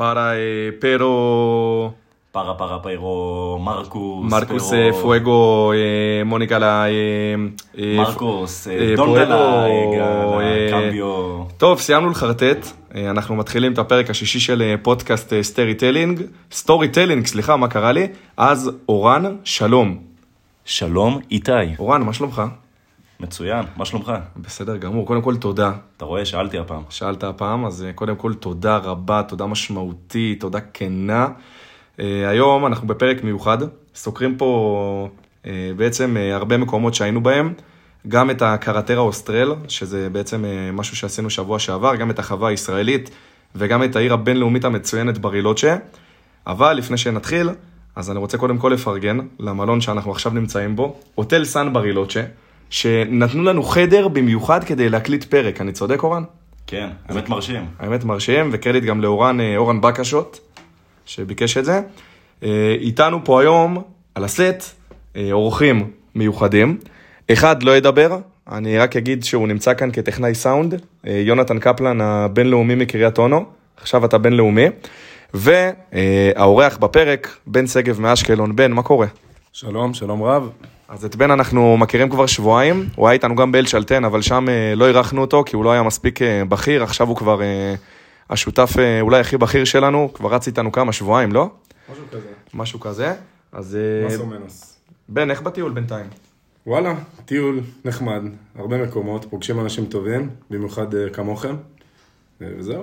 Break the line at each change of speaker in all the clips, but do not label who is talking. para eh, pero
Para, para, pero Marcus.
Marcus
pero-
eh, Fuego, eh, Mónica la... eh, אה,
מרקוס,
אה,
דונדה
פואלו, אה,
לקמביו.
טוב, סיימנו לחרטט, אה, אנחנו מתחילים את הפרק השישי של אה, פודקאסט אה, סטרי טלינג, סטורי טלינג, סליחה, מה קרה לי? אז אורן, שלום.
שלום, איתי.
אורן, מה שלומך?
מצוין, מה שלומך?
בסדר גמור, קודם כל תודה.
אתה רואה, שאלתי הפעם.
שאלת הפעם, אז אה, קודם כל תודה רבה, תודה משמעותית, תודה כנה. אה, היום אנחנו בפרק מיוחד, סוקרים פה אה, בעצם אה, הרבה מקומות שהיינו בהם, גם את הקרטרה אוסטרל, שזה בעצם אה, משהו שעשינו שבוע שעבר, גם את החווה הישראלית וגם את העיר הבינלאומית המצוינת ברילוצ'ה. אבל לפני שנתחיל, אז אני רוצה קודם כל לפרגן למלון שאנחנו עכשיו נמצאים בו, הוטל סן ברילוצ'ה, שנתנו לנו חדר במיוחד כדי להקליט פרק, אני צודק אורן?
כן, באמת מרשים.
האמת מרשים, וקרדיט גם לאורן אה, אורן בקשות, שביקש את זה. אה, איתנו פה היום, על הסט, אה, אורחים מיוחדים. אחד לא ידבר, אני רק אגיד שהוא נמצא כאן כטכנאי סאונד, אה, יונתן קפלן הבינלאומי מקריית אונו, עכשיו אתה בינלאומי. והאורח בפרק, בן שגב מאשקלון, בן, מה קורה?
שלום, שלום רב.
אז את בן אנחנו מכירים כבר שבועיים, הוא היה איתנו גם באל שלטן, אבל שם אה, לא אירחנו אותו, כי הוא לא היה מספיק אה, בכיר, עכשיו הוא כבר אה, השותף אה, אולי הכי בכיר שלנו, הוא כבר רץ איתנו כמה שבועיים, לא?
משהו כזה.
משהו כזה. אז אה,
מס או מנוס.
בן, איך בטיול בינתיים?
וואלה, טיול נחמד, הרבה מקומות, פוגשים אנשים טובים, במיוחד אה, כמוכם, אה, וזהו.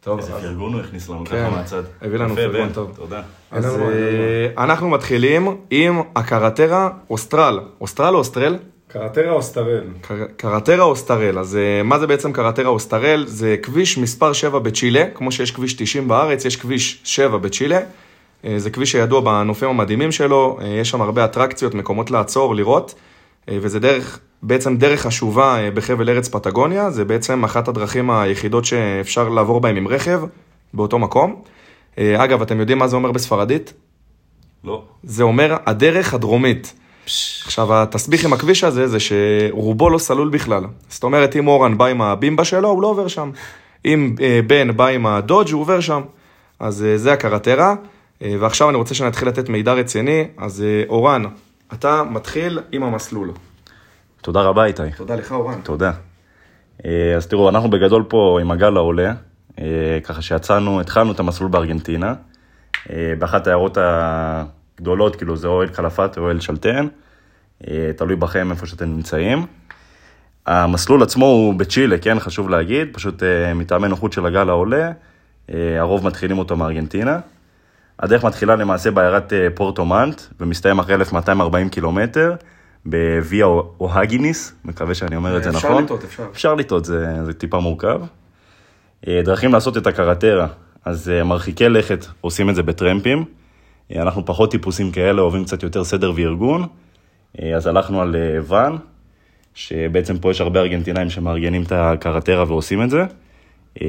טוב,
איזה פרגון הוא הכניס לנו
כן,
ככה מהצד.
הביא לנו
יפה,
פרגון
בן,
טוב.
תודה.
אין
אז
לנו מה, אין לנו
אה, אנחנו מתחילים עם הקרטרה אוסטרל, אוסטרל או אוסטרל?
קרטרה או סטרל?
קר- קרטרה אוסטרל, אז אה, מה זה בעצם קרטרה אוסטרל? זה כביש מספר 7 בצ'ילה, כמו שיש כביש 90 בארץ, יש כביש 7 בצ'ילה. אה, זה כביש שידוע בנופים המדהימים שלו, אה, יש שם הרבה אטרקציות, מקומות לעצור, לראות, אה, וזה דרך, בעצם דרך חשובה אה, בחבל ארץ פטגוניה, זה בעצם אחת הדרכים היחידות שאפשר לעבור בהן עם רכב, באותו מקום. אה, אגב, אתם יודעים מה זה אומר בספרדית?
לא.
זה אומר הדרך הדרומית. עכשיו, התסביך עם הכביש הזה זה שרובו לא סלול בכלל. זאת אומרת, אם אורן בא עם הבימבה שלו, הוא לא עובר שם. אם אה, בן בא עם הדודג' הוא עובר שם. אז אה, זה הקרטרה. אה, ועכשיו אני רוצה שנתחיל לתת מידע רציני. אז אה, אורן, אתה מתחיל עם המסלול.
תודה רבה, איתי.
תודה לך, אורן.
נכון. תודה. אה, אז תראו, אנחנו בגדול פה עם הגל העולה, אה, ככה שיצאנו, התחלנו את המסלול בארגנטינה, אה, באחת העיירות הגדולות, כאילו זה אוהל קלפת או אוהל שלטן, אה, תלוי בכם איפה שאתם נמצאים. המסלול עצמו הוא בצ'ילה, כן, חשוב להגיד, פשוט אה, מטעמי נוחות של הגל העולה, אה, הרוב מתחילים אותו מארגנטינה. הדרך מתחילה למעשה בעיירת אה, פורטו מנט ומסתיים אחרי 1240 קילומטר בוויה אוהגיניס, מקווה שאני אומר את זה
אה, אפשר
נכון.
לטעות, אפשר.
אפשר לטעות, זה, זה טיפה מורכב. אה, דרכים לעשות את הקרטרה, אז אה, מרחיקי לכת עושים את זה בטרמפים. אה, אנחנו פחות טיפוסים כאלה, אוהבים קצת יותר סדר וארגון. אה, אז הלכנו על אה, ואן, שבעצם פה יש הרבה ארגנטינאים שמארגנים את הקרטרה ועושים את זה. אה,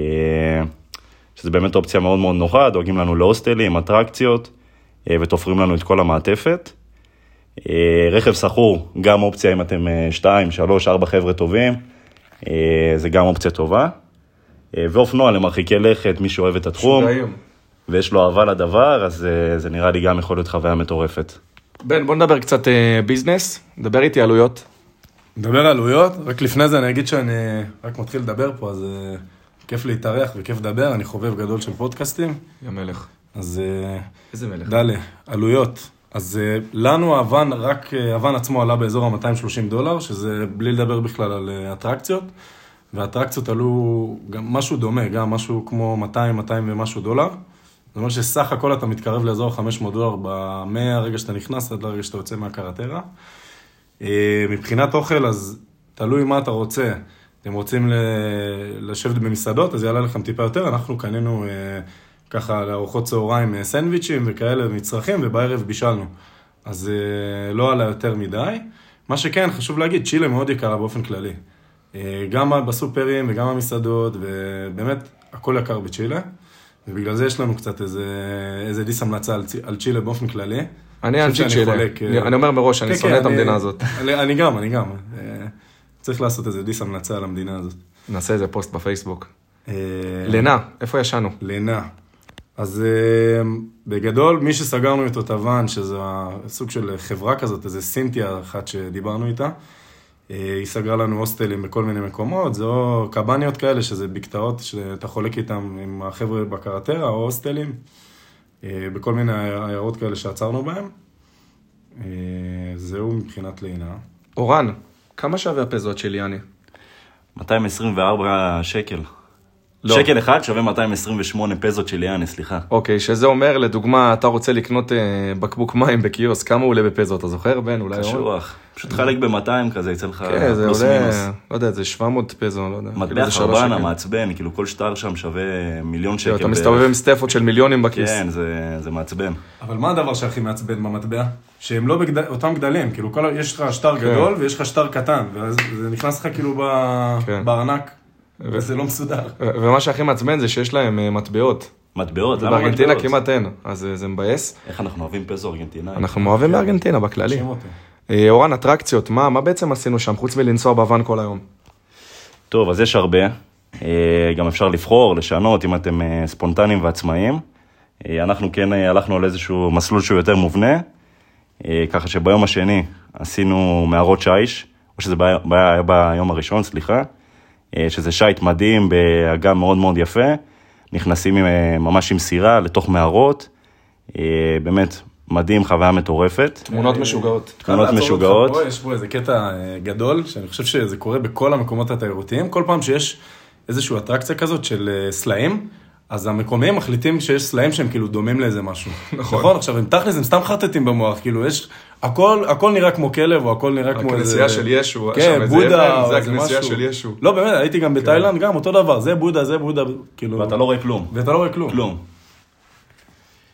שזה באמת אופציה מאוד מאוד נוחה, דואגים לנו להוסטלים, אטרקציות, אה, ותופרים לנו את כל המעטפת. אה, רכב סחור, גם אופציה אם אתם אה, שתיים, שלוש, ארבע חבר'ה טובים, אה, זה גם אופציה טובה. אה, ואופנוע למרחיקי לכת, מי שאוהב את התחום,
משוגעים.
ויש לו אהבה לדבר, אז אה, זה נראה לי גם יכול להיות חוויה מטורפת.
בן, בוא נדבר קצת אה, ביזנס, דבר איתי עלויות.
נדבר על עלויות, רק לפני זה אני אגיד שאני אה, רק מתחיל לדבר פה, אז אה, כיף להתארח וכיף לדבר, אני חובב גדול של פודקאסטים,
יא מלך.
אז אה,
איזה מלך.
דלה, עלויות. אז אה, לנו הוואן, רק אה, הוואן עצמו עלה באזור ה-230 דולר, שזה בלי לדבר בכלל על אה, אטרקציות, והאטרקציות עלו גם משהו דומה, גם משהו כמו 200, 200 ומשהו דולר. זאת אומרת שסך הכל אתה מתקרב לאזור ה-500 דולר ב- מהרגע שאתה נכנס עד לרגע שאתה יוצא מהקרטרה. אה, מבחינת אוכל, אז תלוי מה אתה רוצה. אתם רוצים ל... לשבת במסעדות, אז יעלה לכם טיפה יותר. אנחנו קנינו אה, ככה לארוחות צהריים אה, סנדוויצ'ים וכאלה מצרכים, ובערב בישלנו. אז אה, לא עלה יותר מדי. מה שכן, חשוב להגיד, צ'ילה מאוד יקרה באופן כללי. אה, גם בסופרים וגם במסעדות, ובאמת, הכל יקר בצ'ילה. ובגלל זה יש לנו קצת איזה, איזה דיס המלצה על, צ- על צ'ילה באופן כללי.
אני
חושב
אנשי
שאני
צ'ילה.
חולק, אה,
אני- אני אומר מראש, אני
כן,
שונא
כן,
את המדינה הזאת.
אני, אני גם, אני גם. אה, צריך לעשות איזה דיס המלצה על המדינה הזאת.
נעשה איזה פוסט בפייסבוק.
אה,
לנה, איפה ישנו?
לינה. אז אה, בגדול, מי שסגרנו איתו את הוואן, שזה סוג של חברה כזאת, איזה סינתיה אחת שדיברנו איתה, אה, היא סגרה לנו הוסטלים בכל מיני מקומות, זה או קבניות כאלה, שזה בקתאות שאתה חולק איתם עם החבר'ה בקרטרה, או הוסטלים, אה, בכל מיני עיירות כאלה שעצרנו בהן. אה, זהו מבחינת לינה.
אורן, כמה שווה הפזות של יאני?
224 שקל.
לא.
שקל אחד שווה 228 פזות של יאנה, סליחה.
אוקיי, שזה אומר, לדוגמה, אתה רוצה לקנות אה, בקבוק מים בקיוסק, כמה הוא עולה בפזות, אתה זוכר, בן? אולי... אורן?
קשוח. פשוט חלק ב-200 כזה, יצא לך
כן, זה
אה, פלוס
עולה,
מינוס.
לא יודע, זה 700 פזו, לא יודע. כאילו
מטבע
זה שלוש
חרבנה,
שקל.
מעצבן, כאילו כל שטר שם שווה מיליון שקל.
אתה
בערך.
מסתובב עם סטפות של מיליונים בכיס.
כן, זה- זה מעצבן.
אבל מה הדבר שהכי מעצבן במטבע? שהם לא בגד... אותם גדלים, כאילו כל... ה- יש לך שטר גדול ויש לך שטר קטן, ואז זה נכנס לך כאילו ב...
כן.
בארנק, וזה לא מסודר.
ו- ומה שהכי מעצבן זה שיש להם אה, מטבעות.
מטבעות, למה
בארגנטינה
מטבעות?
כמעט אין, אז אה, זה מבאס.
איך אנחנו אוהבים פזו ארגנטינאי.
אנחנו אוהבים בארגנטינה בכללי.
שים אותו.
אה, אורן, אטרקציות, מה מה בעצם עשינו שם, חוץ מלנסוע בוואן כל היום?
טוב, אז יש הרבה. אה, גם אפשר לבחור, לשנות, אם אתם אה, ספונטניים ועצמאיים. אה, אנחנו כן אה, הלכנו על איזשהו מסלול שהוא יותר מובנה, אה, ככה שביום השני עשינו מערות שיש, או שזה ב- ב- היה ביום הראשון, סליחה, אה, שזה שיט מדהים באגם מאוד מאוד יפה. נכנסים עם, אה, ממש עם סירה לתוך מערות. אה, באמת, מדהים, חוויה מטורפת.
תמונות משוגעות.
תמונות
כאן לעצור אותך
משוגעות.
פה, יש פה איזה קטע אה, גדול, שאני חושב שזה קורה בכל המקומות התיירותיים. כל פעם שיש איזושהי אטרקציה כזאת של אה, סלעים, אז המקומיים מחליטים שיש סלעים שהם כאילו דומים לאיזה משהו. נכון. נכון, עכשיו הם תכלס, הם סתם חרטטים במוח, כאילו יש, הכל, הכל נראה כמו כלב, או הכל נראה כמו איזה...
הכנסייה של ישו, שם
כן,
איזה
בודה,
אבן,
או
זה
איזה
הכנסייה
משהו.
של ישו. כן.
לא, באמת, הייתי גם בתאילנד, גם אותו דבר, זה בודה, זה בודה, כאילו...
ואתה לא רואה כלום.
ואתה לא רואה כלום.
כלום.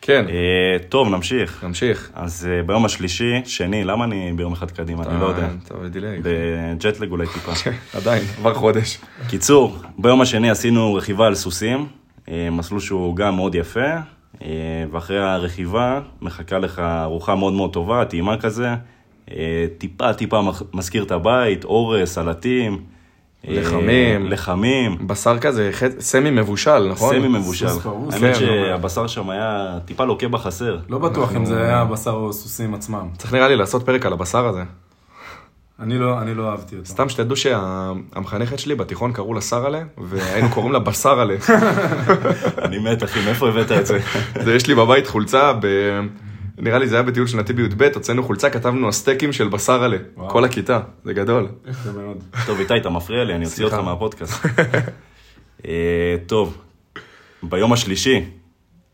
כן,
אה, טוב, נמשיך.
נמשיך.
אז אה, ביום השלישי, שני, למה אני ביום אחד קדימה? אני לא יודע.
אתה בדיליי.
בג'טלג אולי טיפה.
אה, עדיין, עבר חודש.
קיצור, ביום השני עשינו רכיבה על סוסים, אה, מסלול שהוא גם מאוד יפה, אה, ואחרי הרכיבה מחכה לך ארוחה מאוד מאוד טובה, טעימה כזה, אה, טיפה טיפה מח- מזכיר את הבית, אורס, סלטים. אה,
לחמים.
לחמים.
בשר כזה, חצ- סמי מבושל, נכון?
סמי מבושל.
סוס חרוס.
כן,
האמת שהבשר שם היה טיפה לוקה בחסר.
לא בטוח אם זה היה בשר או סוסים עצמם.
צריך נראה לי לעשות פרק על הבשר הזה.
אני לא, אני לא אהבתי אותו.
סתם שתדעו שהמחנכת שלי בתיכון קראו לה סרלה, והיינו קוראים לה בשרלה.
אני מת, אחי, מאיפה הבאת את זה?
זה יש לי בבית חולצה, ב... נראה לי זה היה בטיול שנתי בי"ב, הוצאנו חולצה, כתבנו הסטייקים של בשרלה.
וואו.
כל הכיתה, זה גדול.
יפה מאוד.
טוב, איתי, אתה מפריע לי, אני אוציא אותך
סליחה.
מהפודקאסט. אה, טוב, ביום השלישי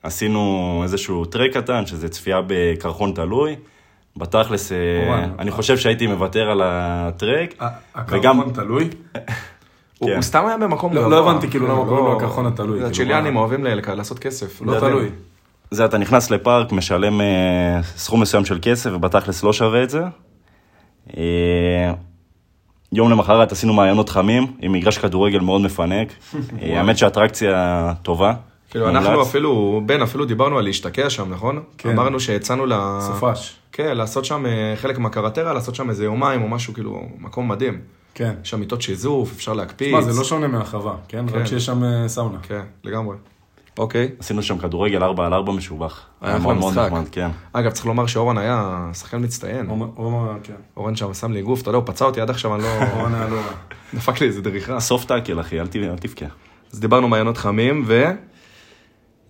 עשינו איזשהו טרק קטן, שזה צפייה בקרחון תלוי. בתכלס, אה,
אורן,
אני
אה.
חושב שהייתי מוותר על הטרק.
הקרחון תלוי?
הוא
כן.
הוא סתם היה במקום
לא-
גבוה. כן,
לא הבנתי, כאילו, למה קוראים לו הקרחון התלוי,
זה
כאילו,
הצ'יליאנים
מה-
אוהבים ל- לעשות כסף.
לא
יודע.
תלוי.
זה, אתה נכנס לפארק, משלם אה, סכום מסוים של כסף, ובתכלס לא שווה את זה. אה, יום למחרת עשינו מעיינות חמים, עם מגרש כדורגל מאוד מפנק. אה, האמת שהאטרקציה טובה.
כאילו,
מומלץ.
אנחנו אפילו, בן, אפילו דיברנו על להשתקע שם, נכון?
כן.
אמרנו שהצענו ל...
סופש.
כן, לעשות שם אה, חלק מהקרטרה, לעשות שם איזה יומיים או משהו, כאילו, מקום מדהים.
כן.
יש שם מיטות שיזוף, אפשר להקפיץ.
מה, זה לא שונה מהחווה, כן?
כן.
רק שיש שם אה, סאונה.
כן, לגמרי. אוקיי.
עשינו שם כדורגל 4 על 4 משובח.
היה אחלה
מאוד מאוד
משחק.
נחמד, כן.
אגב, צריך לומר שאורן היה שחקן מצטיין.
או- או- כן.
אורן שם שם לי גוף, אתה יודע, הוא פצע אותי עד עכשיו, אני לא...
או נעלו.
דפק לי איזה דריכה.
סוף טאקל, אחי, אל ת- אל תבכה.
אז דיברנו מעיינות חמים, ו...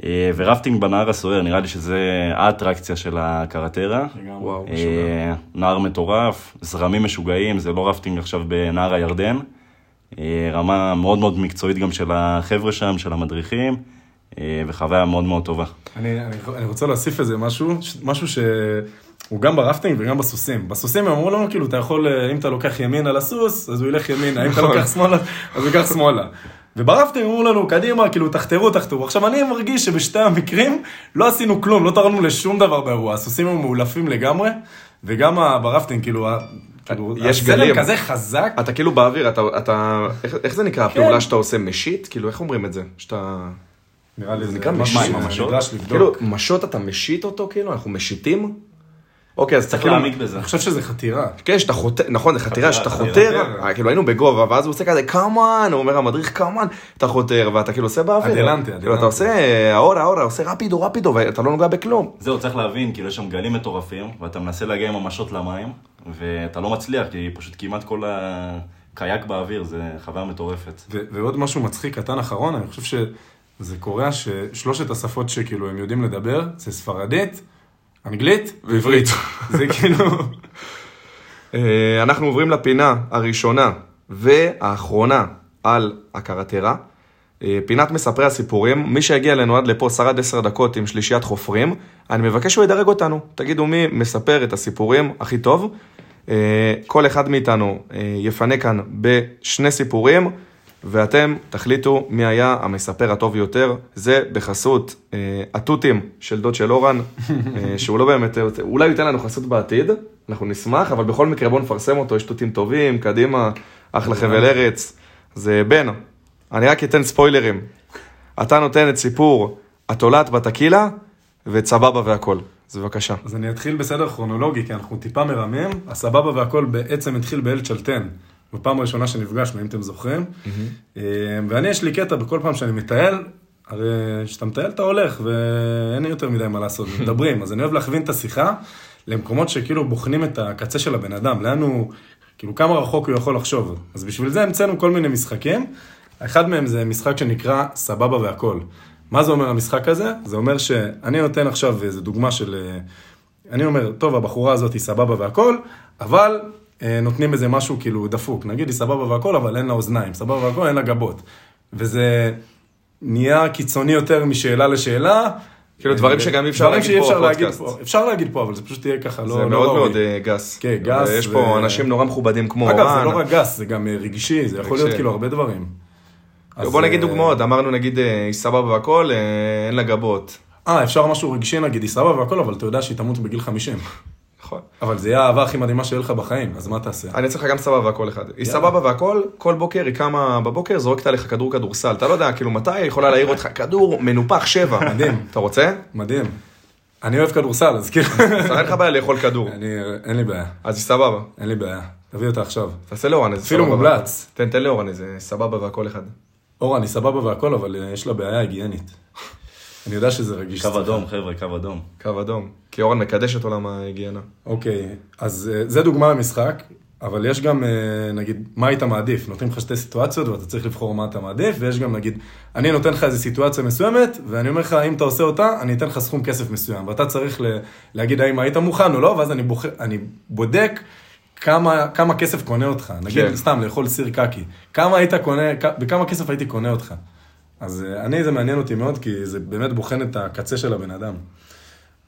אה, ורפטינג בנהר הסוער, נראה לי שזה האטרקציה של הקרטרה.
לגמרי.
וואו,
אה,
משוגע.
נהר מטורף, זרמים משוגעים, זה לא רפטינג עכשיו בנהר הירדן. אה, רמה מאוד מאוד מקצועית גם של החבר'ה שם, של המדריכים, אה, וחוויה מאוד מאוד טובה.
אני, אני, אני רוצה להוסיף איזה משהו, ש- משהו שהוא גם ברפטינג וגם בסוסים. בסוסים הם אמרו לנו, כאילו, אתה יכול, אה, אם אתה לוקח ימין על הסוס, אז הוא ילך ימינה, אם אתה
נכון.
לוקח שמאלה, אז הוא ייקח שמאלה. וברפטינג אמרו לנו, קדימה, כאילו, תחתרו, תחתרו. עכשיו, אני מרגיש שבשתי המקרים לא עשינו כלום, לא תרמנו לשום דבר באירוע. הסוסים הם מאולפים לגמרי, וגם ה- ברפטינג, כאילו, ה- כאילו,
יש
הזרם
גלים.
כזה חזק.
אתה כאילו באוויר, אתה... אתה... איך- איך זה נקרא הפעולה שאתה עושה? משיט? כאילו, איך אומרים את זה? שאתה...
נראה לי
נקרא
משהו
משיט.
ממשות?
נדרש
כאילו,
לבדוק.
משות אתה משיט אותו, כאילו? אנחנו משיטים? אוקיי, אז
צריך
כאילו-
להעמיק בזה.
אני חושב שזה חתירה.
כן, שאתה חותר, נכון, זה חתירה
חתירה,
שאתה
חתירה,
חותר,
חתירה.
אה, כאילו היינו בגובה, ואז הוא עושה כזה כמובן, הוא אומר המדריך כמובן, אתה חותר, ואתה כאילו עושה באוויר.
אדלנטי,
כאילו,
אדלנטי.
אתה עושה אה, האורה, האורה, עושה רפידו, רפידו, ואתה לא נוגע בכלום.
זהו, צריך להבין, כאילו יש שם גלים מטורפים, ואתה מנסה להגיע עם המשות למים, ואתה לא מצליח, כי פשוט כמעט כל הקייק באוויר, זה חוויה מטורפת.
ו- ועוד משהו מצחיק קטן אחרון, אני חושב שזה קורע ששלושת השפות שכאילו הם יודעים לדבר, זה ספרדית, אנגלית,
בעברית.
זה כאילו...
אה, אנחנו עוברים לפינה הראשונה והאחרונה על הקרטרה. אה, פינת מספרי הסיפורים, מי שהגיע אלינו עד לפה שרד עשר דקות עם שלישיית חופרים, אני מבקש שהוא ידרג אותנו, תגידו מי מספר את הסיפורים הכי טוב. אה, כל אחד מאיתנו אה, יפנה כאן בשני סיפורים, ואתם תחליטו מי היה המספר הטוב יותר, זה בחסות אה, התותים של דוד של אורן, אה, שהוא לא באמת, אולי הוא ייתן לנו חסות בעתיד, אנחנו נשמח, אבל בכל מקרה בואו נפרסם אותו, יש תותים טובים, קדימה, אחלה
אוקיי.
חבל ארץ, זה בן, אני רק אתן ספוילרים, אתה נותן את סיפור התולעת בטקילה וצבבה והכל, אז בבקשה.
אז אני אתחיל בסדר כרונולוגי, כי אנחנו טיפה מרמים. הסבבה והכל בעצם התחיל באל צ'לטן, בפעם הראשונה שנפגשנו, אם אתם זוכרים. אה, ואני, יש לי קטע בכל פעם שאני מטייל, הרי כשאתה מטייל אתה הולך, ואין לי יותר מדי מה לעשות, מדברים. אז אני אוהב להכווין את השיחה למקומות שכאילו בוחנים את הקצה של הבן אדם, לאן הוא, כאילו כמה רחוק הוא יכול לחשוב. אז בשביל זה המצאנו כל מיני משחקים. אחד מהם זה משחק שנקרא סבבה והכל. מה זה אומר המשחק הזה? זה אומר שאני נותן עכשיו איזו דוגמה של... אה, אני אומר, טוב, הבחורה הזאת היא סבבה והכל, אבל אה, נותנים איזה משהו כאילו דפוק. נגיד היא סבבה והכל, אבל אין לה אוזניים, סבבה והכל, אין לה גבות. וזה נהיה קיצוני יותר משאלה לשאלה.
כאילו, דברים
אה,
שגם אי אפשר
דברים
להגיד
שאי
פה
אפשר להגיד
בפודקאסט.
פה. אפשר להגיד פה, אבל זה פשוט יהיה ככה, לא...
זה
לא
מאוד
ראוי.
מאוד אה, גס.
כן, גס
יש
ו-
פה אנשים נורא מכובדים כמו
אגב, זה
אורן.
לא רק גס, זה גם אה, רגשי, זה יכול
רגשי.
להיות כאילו הרבה דברים. אז,
בוא נגיד
אה,
דוגמאות, אמרנו נגיד אה, היא סבבה והכל, אה, אין לה גבות.
אה, אפשר משהו רגשי נגיד, היא סבבה והכל, אבל אתה יודע שהיא תמות בגיל 50.
נכון.
אבל זה יהיה האהבה הכי מדהימה שיהיה לך בחיים, אז מה תעשה?
אני צריך לך גם סבבה והכל אחד. היא סבבה והכל, כל בוקר היא קמה בבוקר, זורקת עליך כדור כדורסל. אתה לא יודע כאילו מתי, היא יכולה להעיר אותך כדור מנופח שבע.
מדהים.
אתה רוצה?
מדהים. אני אוהב כדורסל, אז כאילו...
אז אין לך בעיה לאכול כדור.
אני, אין לי בעיה,
אז היא סבבה.
אין לי בעיה. תביא אותה עכשיו.
תעשה לאורן איזה
אפילו
סבבה.
מומלץ.
תן, תן לאורן איזה סבבה והכל אחד.
אורן, היא סבבה והכל, אבל אה, יש לה בעיה היגיינית. אני יודע שזה רגיש.
קו
אצלך.
אדום, חבר'ה, קו אדום.
קו אדום. כי אורן מקדש את עולם ההיגיינה.
אוקיי, אז אה, זה דוגמה למשחק, אבל יש גם, אה, נגיד, מה היית מעדיף? נותנים לך שתי סיטואציות ואתה צריך לבחור מה אתה מעדיף, ויש גם, נגיד, אני נותן לך איזו סיטואציה מסוימת, ואני אומר לך, אם אתה עושה אותה, אני אתן לך סכום כסף מסוים, ואתה צריך ל- להגיד האם היית מוכן או לא, ואז אני, בוח... אני בודק. כמה, כמה כסף קונה אותך, נגיד
כן.
סתם לאכול סיר קקי, כמה היית קונה, כ- בכמה כסף הייתי קונה אותך. אז אה, אני, זה מעניין אותי מאוד, כי זה באמת בוחן את הקצה של הבן אדם.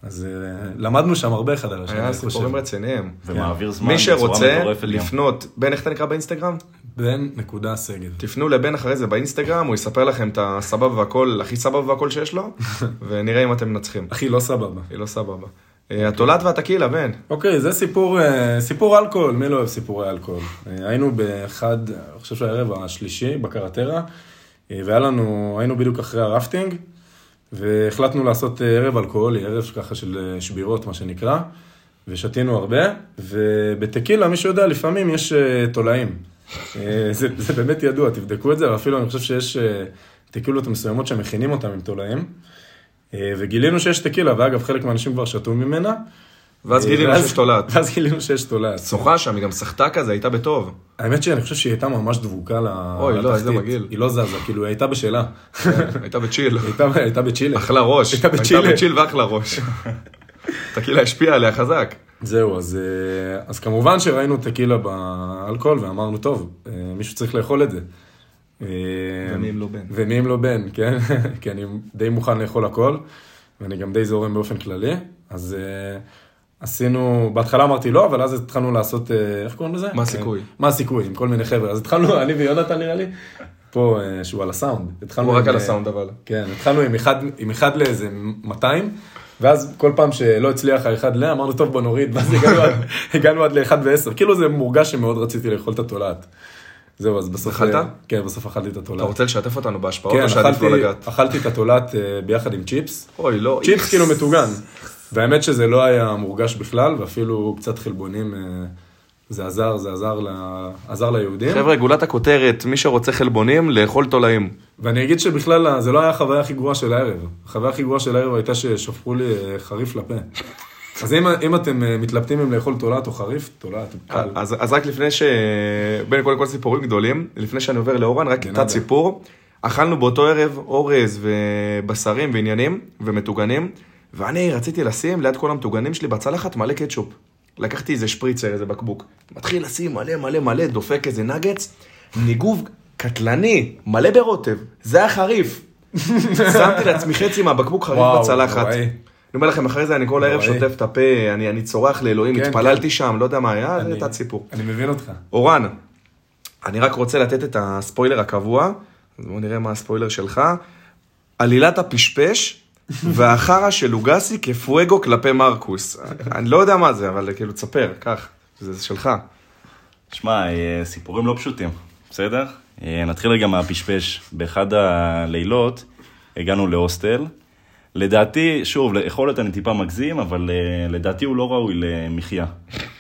אז אה, למדנו שם הרבה אחד על השני,
היה
אני חושב.
סיפורים רציניים.
ומעביר זמן
כן. מי שרוצה
מטורפת גם.
לפנות, בן, איך אתה נקרא באינסטגרם?
בן נקודה סגל.
תפנו לבן אחרי זה באינסטגרם, הוא יספר לכם את הסבבה והכל, הכי סבבה והכל שיש לו, ונראה אם אתם מנצחים.
אחי, לא סבבה.
היא לא סבבה. אה, התולעת והטקילה, בן.
אוקיי, זה סיפור, אה, סיפור אלכוהול, מי לא אוהב סיפורי אלכוהול? אה, היינו באחד, אני חושב שהערב השלישי, בקרטרה, אה, והיה לנו, היינו בדיוק אחרי הרפטינג, והחלטנו לעשות אה, ערב אלכוהולי, ערב ככה של אה, שבירות, מה שנקרא, ושתינו הרבה, ובטקילה, מי שיודע, לפעמים יש אה, תולעים. אה, זה, זה באמת ידוע, תבדקו את זה, ואפילו אני חושב שיש אה, טקילות מסוימות שמכינים אותם עם תולעים. אה, וגילינו שיש טקילה, ואגב, חלק מהאנשים כבר שתו ממנה.
ואז גילינו שיש תולעת.
אה, ואז גילינו שיש תולעת.
שוחה שם, היא גם סחטה כזה, הייתה בטוב.
האמת שאני חושב שהיא הייתה ממש דבוקה ל-
אוי, לא, איזה
לתחתית.
מגעיל.
היא לא זזה, כאילו, היא הייתה בשלה.
הייתה בצ'יל.
היא הייתה- הייתה בצ'ילה.
אכלה ראש.
כן. הייתה בצ'ילה.
בצ'יל ואכלה ראש. טקילה השפיעה עליה חזק.
זהו, אז, אה, אז כמובן שראינו טקילה באלכוהול ואמרנו, טוב, אה, מישהו צריך לאכול את זה. אה,
ומי אם לא בן.
ומי אם לא בן, כן? כי אני די מוכן לאכול הכל, ואני גם די זורם באופן כללי. אז אה, עשינו, בהתחלה אמרתי לא, אבל אז התחלנו לעשות, אה, איך קוראים לזה?
מה הסיכוי?
אה, מה הסיכוי, עם כל מיני חבר'ה. אז התחלנו, אני ויונתן נראה לי, פה, אה, שהוא על הסאונד. התחלנו
הוא רק
עם,
על
אה,
הסאונד אבל.
כן, התחלנו עם אחד, עם אחד לאיזה 200, ואז כל פעם שלא הצליח האחד ל... אמרנו, טוב, בוא נוריד, ואז הגענו עד, הגענו עד לאחד ועשר. כאילו זה מורגש שמאוד רציתי לאכול את התולעת. זהו, אז בסוף...
אכלת?
אה, כן, בסוף אכלתי את התולעת.
אתה רוצה לשתף אותנו בהשפעות
כן,
או שעדיף לא
אכלתי,
לגעת?
אכלתי את התולעת אה, ביחד עם צ'יפס.
אוי, לא.
צ'יפס כאילו מטוגן. והאמת שזה לא היה מורגש בכלל, ואפילו קצת חלבונים, אה, זה עזר, זה עזר, ל- עזר ליהודים.
חבר'ה, גולת הכותרת, מי שרוצה חלבונים, לאכול תולעים.
ואני אגיד שבכלל אה, זה לא היה החוויה הכי גרועה של הערב. החוויה הכי גרועה של הערב הייתה ששפכו לי אה, חריף לפה. אז אם, אם אתם אה, מתלבטים אם לאכול תולעת או חריף, תולעת, קל.
אז, אז רק לפני ש... בין כל כל סיפורים גדולים, לפני שאני עובר לאורן, רק
בנאדה.
תת סיפור. אכלנו באותו ערב אורז ובשרים ועניינים ומטוגנים, ואני רציתי לשים ליד כל המטוגנים שלי בצלחת מלא קטשופ. לקחתי איזה שפריצר, איזה בקבוק. מתחיל לשים מלא מלא מלא, דופק איזה נגץ, ניגוב קטלני, מלא ברוטב. זה היה חריף. שמתי לעצמי חצי מהבקבוק חריף
וואו,
בצלחת.
נוראי.
אני אומר לכם, אחרי זה אני כל הערב
נוראי.
שוטף את הפה, אני, אני צורח לאלוהים,
כן,
התפללתי
כן.
שם, לא יודע מה היה, זה
אני-
תת סיפור.
אני מבין אותך.
אורן, אני רק רוצה לתת את הספוילר הקבוע, אז בואו נראה מה הספוילר שלך. עלילת הפשפש והחרא של לוגסי כפואגו כלפי מרקוס. אני לא יודע מה זה, אבל כאילו, תספר, קח, זה שלך.
שמע, אה, סיפורים לא פשוטים, בסדר? אה, נתחיל רגע מהפשפש. באחד הלילות הגענו להוסטל. לדעתי, שוב, יכול להיות אני טיפה מגזים, אבל אה, לדעתי הוא לא ראוי למחיה.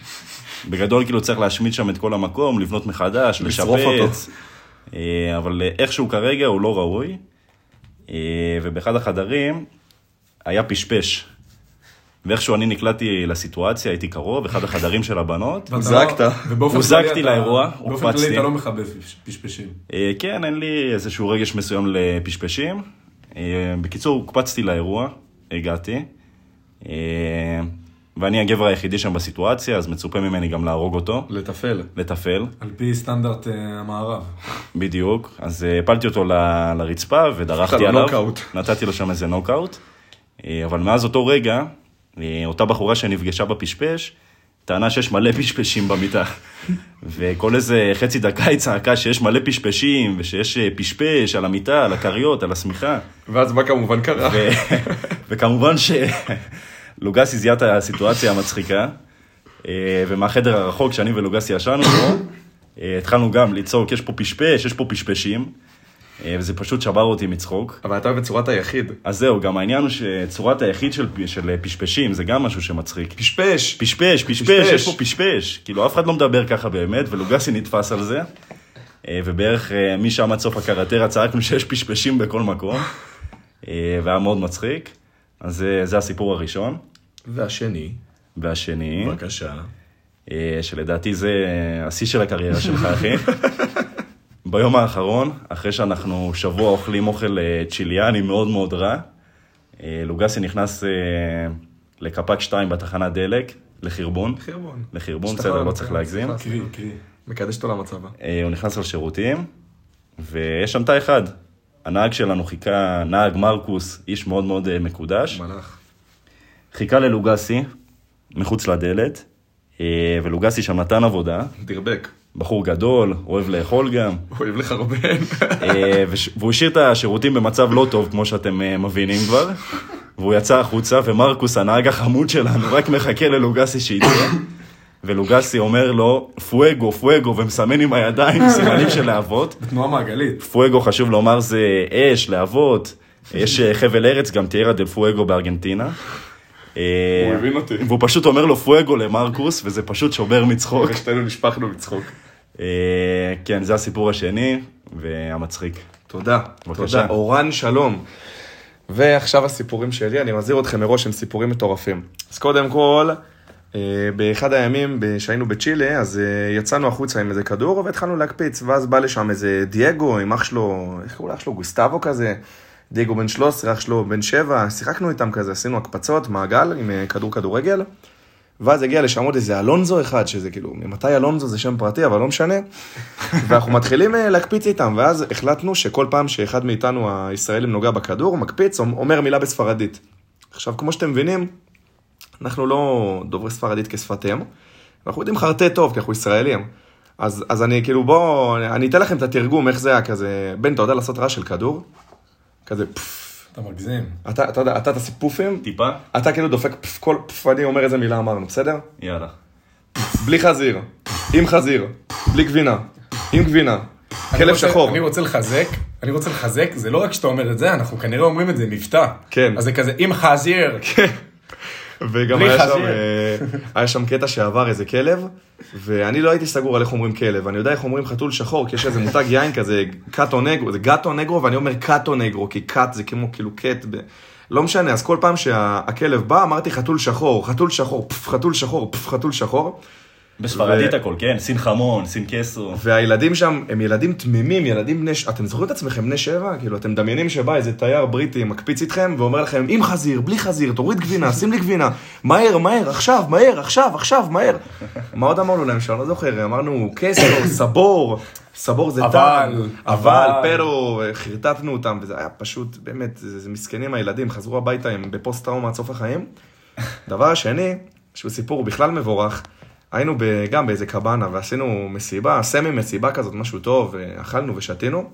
בגדול כאילו צריך להשמיד שם את כל המקום, לבנות מחדש,
לשרוף אותו.
לשפץ. אה, אבל אה, איכשהו כרגע הוא לא ראוי. אה, ובאחד החדרים היה פשפש. ואיכשהו אני נקלעתי לסיטואציה, הייתי קרוב, אחד החדרים של הבנות.
ואתה
הוזעקת.
לא- ובאופן
הוזעקתי
כללי אתה-
לאירוע,
באופן
הוקפצתי.
כללי אתה לא מחבב פש- פשפשים.
אה, כן, אין לי איזשהו רגש מסוים לפשפשים. אה, בקיצור, הוקפצתי לאירוע, הגעתי, אה, ואני הגבר היחידי שם בסיטואציה, אז מצופה ממני גם להרוג אותו,
לטפל.
לטפל,
על פי סטנדרט אה, המערב.
בדיוק. אז אה, הפלתי אותו ל- לרצפה ודרכתי
לו
עליו,
נוקאוט.
נתתי לו שם איזה נוקאוט, אה, אבל מאז אותו רגע, אה, אותה בחורה שנפגשה בפשפש, טענה שיש מלא פשפשים במיטה. וכל איזה חצי דקה היא צעקה שיש מלא פשפשים, ושיש אה, פשפש על המיטה, על הכריות, על השמיכה.
ואז מה כמובן קרה?
ו- וכמובן שלוגסי זיהה את הסיטואציה המצחיקה, אה, ומהחדר הרחוק שאני ולוגסי ישנו בו, אה, התחלנו גם לצעוק, יש פה פשפש, יש פה פשפשים, אה, וזה פשוט שבר אותי מצחוק.
אבל אתה בצורת היחיד.
אז זהו, גם העניין הוא שצורת היחיד של, פ- של אה, פשפשים זה גם משהו שמצחיק.
פשפש.
פשפש, פשפש,
פשפש.
יש פה פשפש. כאילו, אף אחד לא מדבר ככה באמת, ולוגסי נתפס על זה. אה, ובערך אה, משם עד סוף הקרטרה צעקנו שיש פשפשים בכל מקום. אה, והיה מאוד מצחיק. אז אה, זה הסיפור הראשון.
והשני,
והשני,
בבקשה.
אה, שלדעתי זה אה, השיא של הקריירה שלך, אחי. ביום האחרון, אחרי שאנחנו שבוע אוכלים אוכל אה, צ'יליאני מאוד מאוד רע, אה, לוגסי נכנס אה, לקפ"ק 2 בתחנת דלק, לחרבון.
חרבון.
לחרבון,
השתחררנו,
בסדר, לא
כן,
צריך להגזים.
סליחה.
קרי, קרי.
כן. מקדש אותו למצבה.
אה, הוא נכנס לשירותים, ויש שם תא אחד. הנהג שלנו חיכה, נהג מרקוס, איש מאוד מאוד אה, מקודש,
מלאך.
חיכה ללוגסי, מחוץ לדלת, אה, ולוגסי שם נתן עבודה,
דרבק.
בחור גדול, אוהב לאכול גם,
הוא אוהב לך הרבה.
אה, וש- והוא השאיר את השירותים במצב לא טוב, כמו שאתם אה, מבינים כבר. והוא יצא החוצה, ומרקוס, הנהג החמוד שלנו, רק מחכה ללוגסי שיצא. ולוגסי אומר לו, פואגו, פואגו, ומסמן עם הידיים, סימנים של להבות.
תנועה מעגלית.
פואגו, חשוב לומר, זה אש, להבות. יש אה, חבל ארץ, גם תיירה דל פואגו בארגנטינה. הוא
הוא הבין אותי.
והוא פשוט אומר לו פואגו למרקוס, וזה פשוט שובר מצחוק.
שתינו נשפכנו מצחוק.
אה, כן, זה הסיפור השני, והמצחיק.
תודה.
בבקשה.
תודה. אורן שלום. ועכשיו הסיפורים שלי, אני מזהיר אתכם מראש, הם סיפורים מטורפים. אז קודם כל, אה, באחד הימים ב- שהיינו בצ'ילה, אז אה, יצאנו החוצה עם איזה כדור והתחלנו להקפיץ, ואז בא לשם איזה דייגו עם אח שלו, איך קראו לאח שלו? גוסטבו כזה. דייגו בן 13, אח שלו בן 7, שיחקנו איתם כזה, עשינו הקפצות, מעגל עם אה, כדור כדורגל. ואז הגיע לשם עוד איזה אלונזו אחד, שזה כאילו, ממתי אלונזו זה שם פרטי, אבל לא משנה. ואנחנו מתחילים אה, להקפיץ איתם, ואז החלטנו שכל פעם שאחד מאיתנו הישראלים נוגע בכדור, מקפיץ, אומר מילה בספרדית. עכשיו, כמו שאתם מבינים, אנחנו לא דוברי ספרדית כשפת אם, ואנחנו יודעים חרטט טוב, כי אנחנו ישראלים. אז, אז אני כאילו, בוא, אני אתן לכם את התרגום, איך זה היה כזה, בן, אתה יודע לעשות רעש של כדור? כזה פפפ.
אתה מגזים.
אתה, אתה יודע, אתה תעשה פופים,
טיפה?
אתה כאילו דופק פפפ, כל פפפ, אני אומר איזה מילה אמרנו, בסדר?
יאללה.
בלי חזיר, עם חזיר, בלי גבינה, עם גבינה,
אני
כלב
רוצה-
שחור.
אני רוצה לחזק, אני רוצה לחזק, זה לא רק שאתה אומר את זה, אנחנו כנראה אומרים את זה מבטא.
כן.
אז זה כזה, אם חזיר.
וגם
בלי
היה
חזיר.
שם, אה, היה שם קטע שעבר איזה כלב, ואני לא הייתי סגור על איך אומרים כלב, אני יודע איך אומרים חתול שחור, כי יש איזה מותג יין כזה, קאטו נגרו, זה גאטו נגרו, ואני אומר קאטו נגרו, כי קאט זה כמו כאילו קט, ב... לא משנה, אז כל פעם שהכלב בא, אמרתי חתול שחור, חתול שחור, פף, חתול שחור, פף, חתול שחור,
בספרדית
ו-
הכל, כן? סין חמון, סין קסו.
והילדים שם הם ילדים תמימים, ילדים בני... ש- אתם זוכרים את עצמכם בני שבע? כאילו, אתם מדמיינים שבא איזה תייר בריטי מקפיץ איתכם ואומר לכם, עם חזיר, בלי חזיר, תוריד גבינה, שים לי גבינה, מהר, מהר, עכשיו, מהר, עכשיו, עכשיו, מהר. מה עוד אמרנו להם שאני לא זוכר, אמרנו קסטו, סבור, סבור זה
אבל,
טעם,
אבל.
אבל, פרו, חרטטנו אותם, וזה היה פשוט, באמת, זה, זה מסכנים הילדים, חזרו הביתה הם בפוסט טראומה עד סוף החיים. דבר שני, שהוא סיפור בכלל מבורך, היינו ב, גם באיזה קבאנה ועשינו מסיבה, סמי מסיבה כזאת, משהו טוב, אכלנו ושתינו,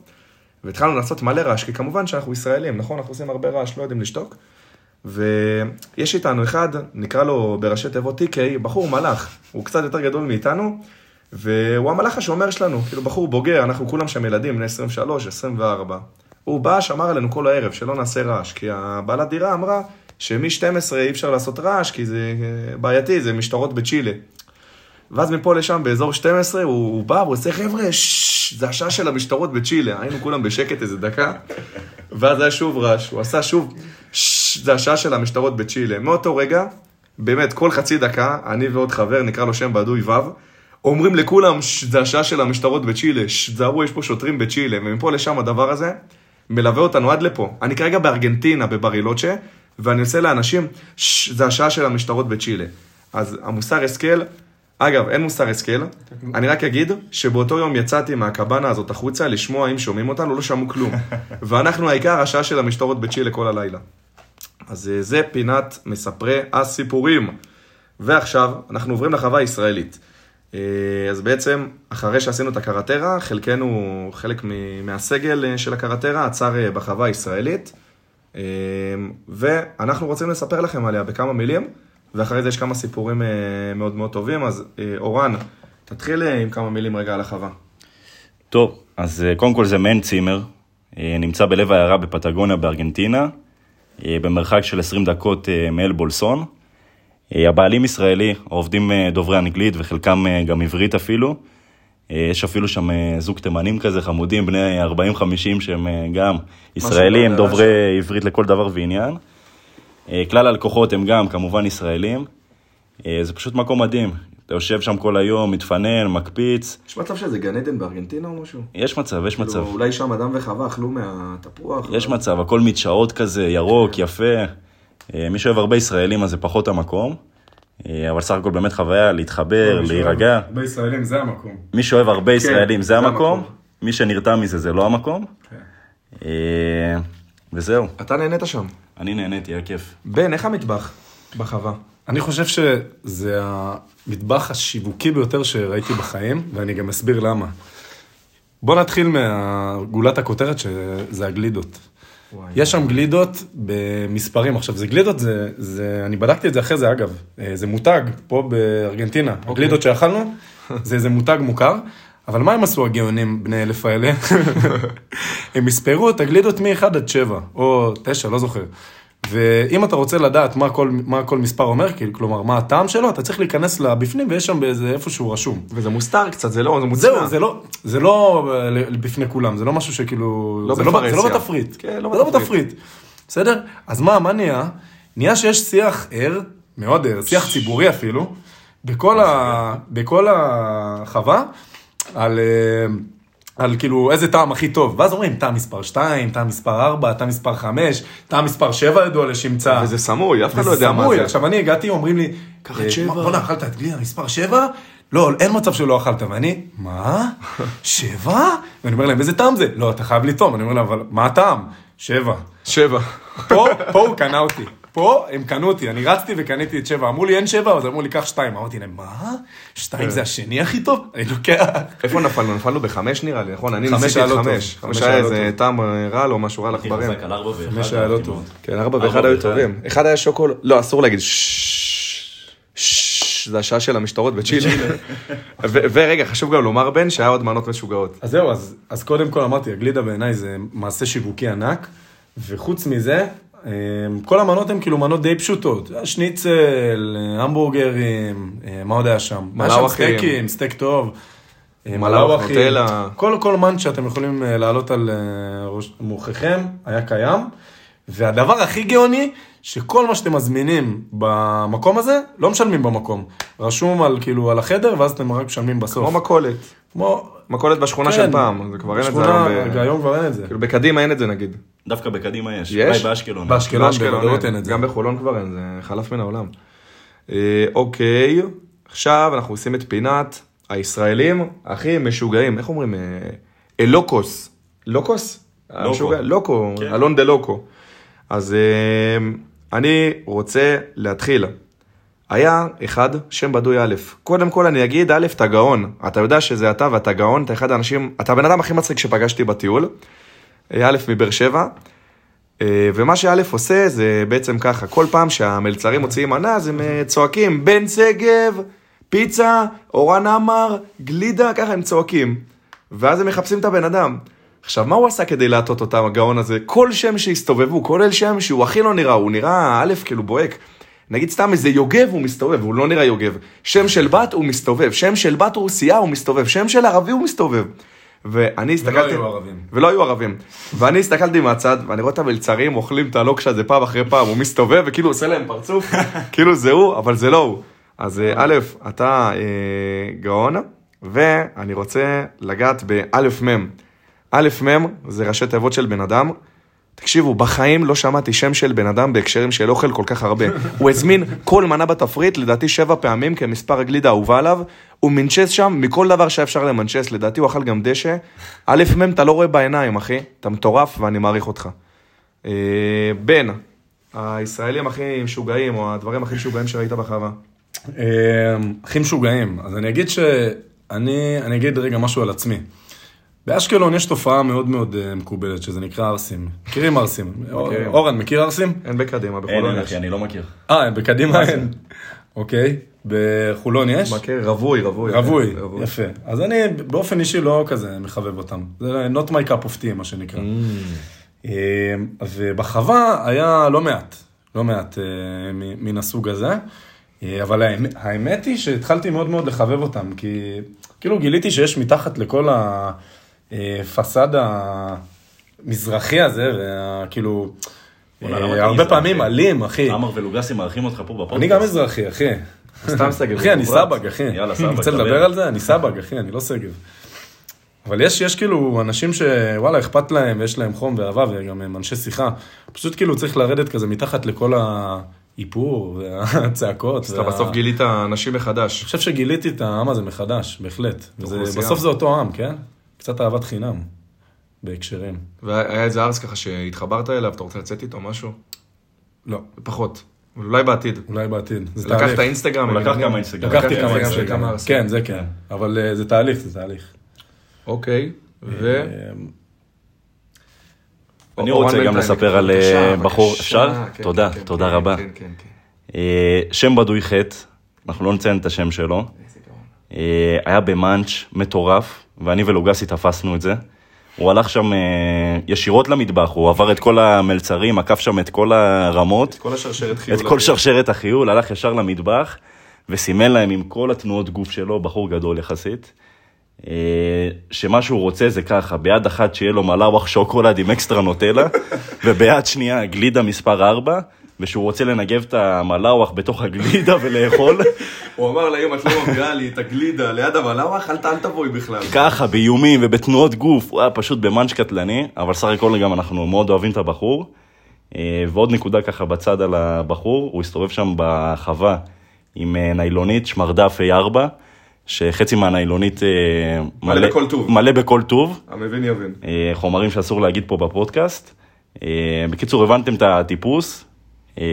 והתחלנו לעשות מלא רעש, כי כמובן שאנחנו ישראלים, נכון? אנחנו עושים הרבה רעש, לא יודעים לשתוק. ויש איתנו אחד, נקרא לו בראשי תיבות TK, בחור מלאך, הוא קצת יותר גדול מאיתנו, והוא המלאך השומר שלנו, כאילו בחור בוגר, אנחנו כולם שם ילדים, בני 23, 24. הוא בא, שמר עלינו כל הערב, שלא נעשה רעש, כי הבעלת דירה אמרה שמ-12 אי אפשר לעשות רעש, כי זה אה, בעייתי, זה משטרות בצ'ילה. ואז מפה לשם, באזור 12, הוא, הוא בא, הוא עושה, חבר'ה, ששש, זה השעה של המשטרות בצ'ילה. היינו כולם בשקט איזה דקה, ואז היה שוב רעש. הוא עשה שוב, ששש, זה השעה של המשטרות בצ'ילה. מאותו רגע, באמת, כל חצי דקה, אני ועוד חבר, נקרא לו שם בדוי ו', אומרים לכולם, "ששש, זה השעה של המשטרות בצ'ילה, "ששש, תזהרו, יש פה שוטרים בצ'ילה. ומפה לשם הדבר הזה מלווה אותנו עד לפה. אני כרגע בארגנטינה, בברילוצ'ה, ואני עושה לאנשים, "ששש, זה השעה של המשטרות בצ'ילה. אז המוסר השכל, אגב, אין מוסר השכל, אני רק אגיד שבאותו יום יצאתי מהקבנה הזאת החוצה לשמוע אם שומעים אותנו, לא שמעו כלום. ואנחנו העיקר השעה של המשטרות בצ'ילה כל הלילה. אז אה, זה פינת מספרי הסיפורים. ועכשיו, אנחנו עוברים לחווה הישראלית. אה, אז בעצם, אחרי שעשינו את הקרטרה, חלקנו, חלק מ- מהסגל אה, של הקרטרה עצר אה, בחווה הישראלית, אה, ואנחנו רוצים לספר לכם עליה בכמה מילים, ואחרי זה יש כמה סיפורים אה, מאוד מאוד טובים, אז אה, אורן, תתחיל אה, עם כמה מילים רגע על החווה.
טוב, אז אה, קודם כל זה מעין צימר, אה, נמצא בלב העיירה בפטגוניה בארגנטינה, אה, במרחק של 20 דקות אה, מאל בולסון. אה, הבעלים ישראלי, העובדים אה, דוברי אנגלית וחלקם אה, גם עברית אפילו. אה, יש אפילו שם אה, זוג תימנים כזה חמודים, בני 40-50 שהם אה, גם ישראלים,
בעיירה
דוברי עברית לכל דבר ועניין. אה, כלל הלקוחות הם גם כמובן ישראלים. אה, זה פשוט מקום מדהים. אתה יושב שם כל היום, מתפנן, מקפיץ.
יש מצב שזה גן עדן בארגנטינה או משהו?
יש מצב, יש מצב.
כאילו, אולי שם אדם וחווה אכלו מהתפוח.
יש
אבל-
מצב, הכל מתשעות כזה, ירוק, יפה. אה, מי שאוהב הרבה ישראלים אז זה פחות המקום. אה, אבל סך הכל באמת חוויה
כן,
להתחבר, להירגע.
הרבה ישראלים, זה המקום.
מי שאוהב הרבה ישראלים
זה
זה המקום,
המקום.
מי שנרתע מזה זה לא המקום.
כן.
אה, וזהו,
אתה נהנית שם.
אני נהניתי, היה כיף.
בן, איך המטבח בחווה?
אני חושב שזה המטבח השיווקי ביותר שראיתי בחיים, ואני גם אסביר למה. בוא נתחיל מגולת הכותרת, שזה הגלידות.
וואי.
יש שם גלידות במספרים. עכשיו, זה גלידות, זה, זה, אני בדקתי את זה אחרי זה, אגב. אה, זה מותג פה בארגנטינה.
אוקיי.
הגלידות שאכלנו, זה איזה מותג מוכר. אבל מה הם עשו הגאונים בני אלף האלה? הם מספרו את הגלידות מ-1 עד 7, או 9, לא זוכר. ואם אתה רוצה לדעת מה כל, מה כל מספר אומר, כאילו, כלומר, מה הטעם שלו, אתה צריך להיכנס לבפנים, ויש שם באיזה איפשהו רשום.
וזה מוסתר קצת, זה לא, זה מוצנע.
זהו, זה לא, זה לא אה, בפני כולם, זה לא משהו שכאילו...
לא
זה לא, ב- זה לא
בפרהסיה.
בתפריט.
כן, לא
זה לא
בתפריט.
בתפריט. בסדר? אז מה, מה נהיה? נהיה שיש שיח ער, מאוד ער, שיח ציבורי אפילו, בכל, ה... בכל החווה, על... אה, על כאילו איזה טעם הכי טוב, ואז אומרים טעם מספר 2, טעם מספר 4, טעם מספר 5, טעם מספר 7 ידוע לשמצה.
וזה סמוי, אף אחד לא יודע מה
סמוי.
זה.
עכשיו אני הגעתי, אומרים לי,
קח את
אה,
שבע.
מה, בואנה, אכלת את גלידה מספר 7? לא, אין מצב שלא אכלת, ואני, מה? שבע? ואני אומר להם, איזה טעם זה? לא, אתה חייב לטעום, אני אומר להם, אבל מה הטעם? שבע.
שבע.
פה, פה הוא קנה אותי. פה הם קנו אותי, אני רצתי וקניתי את שבע. אמרו לי, אין שבע, אז אמרו לי, קח שתיים. אמרתי להם, מה? שתיים
כן.
זה השני הכי טוב? אני לוקח.
איפה נפלנו? נפלנו בחמש נראה לי, נכון? אני
חמש
ניסיתי
היה
את
לא טוב.
חמש.
חמש
חמש
היה
היה
לא
איזה
טוב.
טעם אה, רע לו, משהו רע לעכברים.
חמש היה לא טוב.
כן, ארבע ואחד
ארבע
היו
ואחד.
טובים. אחד היה שוקול, לא, אסור להגיד "ששש". ששש, זה השעה של המשטרות בצ'ילה. ו- ורגע, חשוב גם לומר, בן, שהיה עוד מנות משוגעות.
אז זהו, אז, אז קודם כל אמרתי, הגלידה בעיניי זה מעשה שיווקי ענק, וחוץ מזה, אה, כל המנות הן כאילו מנות די פשוטות. שניצל, אה, המבורגרים, אה, מה עוד היה שם? היה שם
מלאווחים.
סטייקים, סטייק טוב. אה,
מלאווח,
מלאווחים.
נוטלה.
כל כל מן שאתם יכולים אה, להעלות על אה, ראש- מוחכם היה קיים. והדבר הכי גאוני, שכל מה שאתם מזמינים במקום הזה, לא משלמים במקום. רשום על כאילו על החדר, ואז אתם רק משלמים
כמו
בסוף.
מכולת.
כמו...
מכולת בשכונה של
כן.
פעם, זה כבר אין את זה
שכונה,
היום. ב-
רגע, היום כבר אין את זה.
כאילו בקדימה אין את זה נגיד.
דווקא בקדימה יש.
יש?
אולי באשקלון.
באשקלון. בוודאות אין את זה.
גם בחולון כבר אין, זה חלף מן העולם. אה, אוקיי, עכשיו אנחנו עושים את פינת הישראלים הכי משוגעים, איך אומרים? אה, אה, לוקוס. לוקוס?
לוקו.
המשוגע- לוקו,
כן.
אלון דה לוקו. אז אה, אני רוצה להתחיל. היה אחד, שם בדוי א', קודם כל אני אגיד א', אתה גאון, אתה יודע שזה אתה ואתה גאון, אתה אחד האנשים, אתה הבן אדם הכי מצחיק שפגשתי בטיול, אה, א' מבאר שבע, אה, ומה שא' עושה זה בעצם ככה, כל פעם שהמלצרים מוציאים מנה אז הם אה, צועקים, בן שגב, פיצה, אורן עמר, גלידה, ככה הם צועקים. ואז הם מחפשים את הבן אדם. עכשיו, מה הוא עשה כדי להטות אותם, הגאון הזה? כל שם שהסתובבו, כולל שם שהוא הכי לא נראה, הוא נראה א', כאילו בוהק. נגיד סתם איזה יוגב הוא מסתובב, הוא לא נראה יוגב. שם של בת הוא מסתובב, שם של בת רוסייה הוא מסתובב, שם של ערבי הוא מסתובב. ואני הסתכלתי...
היו ערבים.
ולא היו ערבים. ואני הסתכלתי מהצד, ואני רואה את המלצרים אוכלים את הלוקש הזה פעם אחרי פעם, הוא מסתובב וכאילו עושה להם פרצוף, כאילו זה הוא, אבל זה לא הוא. אז אה, א', אתה אה, גאון, ואני רוצה לגעת באלף מ'. אלף מ' זה ראשי תיבות של בן אדם. תקשיבו, בחיים לא שמעתי שם של בן אדם בהקשרים של אוכל כל כך הרבה. הוא הזמין כל מנה בתפריט, לדעתי שבע פעמים, כמספר הגלידה האהובה עליו. הוא מנצ'ס שם מכל דבר שהיה אפשר למנצ'ס, לדעתי הוא אכל גם דשא. א' מ' אתה לא רואה בעיניים, אחי. אתה מטורף ואני מעריך אותך. אה, בן, הישראלים הכי משוגעים, או הדברים הכי משוגעים שראית בחווה.
אמ, הכי משוגעים. אז אני אגיד שאני אני אגיד רגע משהו על עצמי. באשקלון יש תופעה מאוד מאוד אה, מקובלת, שזה נקרא ערסים. מכירים ערסים?
מכירים.
אורן, מכיר ערסים?
אין בקדימה,
אין,
בחולון
אין,
יש.
אחי, אני לא מכיר.
אה, בקדימה אין. אוקיי, בחולון יש?
מכיר, כן, רווי, רווי.
רווי, יפה. אז אני באופן אישי לא כזה מחבב אותם. זה not my cup of tea, מה שנקרא. אה, ובחווה היה לא מעט, לא מעט אה, מ- מן הסוג הזה, אה, אבל האמת- האמת היא שהתחלתי מאוד מאוד לחבב אותם, כי כאילו גיליתי שיש מתחת לכל הפסאד המזרחי הזה, וכאילו,
וואלה, למה אתה
הרבה
מזרחי?
פעמים אלים, אחי.
עמר ולוגסי מארחים אותך פה בפודקאסט.
אני גם אזרחי, אחי.
סתם סגב.
אחי, אני
מברק.
סבג, אחי.
יאללה, סבג,
רוצה
דבר.
לדבר על זה? אני סבג, אחי, אני לא שגב. אבל יש, יש כאילו אנשים שוואלה, אכפת להם, ויש להם חום ואהבה, וגם הם אנשי שיחה. פשוט כאילו צריך לרדת כזה מתחת לכל האיפור והצעקות.
אז אתה בסוף גילית אנשים מחדש.
אני חושב שגיליתי את העם הזה מחדש, בהחלט. וזה-
אוכלוסייה.
בסוף זה אותו עם, כן? קצת אהבת חינם, בהקשרים.
והיה איזה ארס ככה שהתחברת אליו, אתה רוצה לצאת איתו משהו?
לא,
פחות. אולי בעתיד.
אולי בעתיד. זה
לקחת
תהליך.
אינסטגרם.
הוא לקח
גם-
כמה אינסטגרם.
לקחתי
לקחת
כמה
אינסטגרם
אנשים.
כמה ארסים.
כן, זה כן. אבל אה, זה תהליך, זה תהליך.
אוקיי, ו...
אה,
אני
אורן
רוצה גם
בינתיים,
לספר על,
בבקשה,
אה, בחור-
בבקשה.
אפשר?
כן,
תודה,
כן,
תודה
כן,
רבה.
כן, כן, כן.
אה, שם בדוי חטא, אנחנו לא נציין את השם שלו.
איזה גאון.
אה, היה במאנץ' מטורף, ואני ולוגסי תפסנו את זה. הוא הלך שם אה, ישירות למטבח, הוא עבר את כל המלצרים, עקף שם את כל הרמות.
כל השרשרת חיול.
את כל שרשרת החיול, הלך ישר למטבח, וסימן להם עם כל התנועות גוף שלו, בחור גדול יחסית, אה, שמה שהוא רוצה זה ככה, ביד אחת שיהיה לו מלאווח שוקולד עם אקסטרה נוטלה, וביד שנייה גלידה מספר 4, ושהוא רוצה לנגב את המלאווח בתוך הגלידה ולאכול,
הוא אמר לה, אם את לא מביאה לי את הגלידה ליד המלאווח, אל ת- אל תבואי בכלל.
ככה, באיומים ובתנועות גוף, הוא היה פשוט במאנץ' קטלני, אבל סך הכל גם אנחנו מאוד אוהבים את הבחור. אה, ועוד נקודה ככה בצד על הבחור, הוא הסתובב שם בחווה עם אה, ניילונית, שמרדף A4, שחצי מהניילונית אה,
מלא בכל טוב.
מלא בכל טוב,
המבין יבין.
אה, חומרים שאסור להגיד פה בפודקאסט. אה, בקיצור, הבנתם את הטיפוס, אה,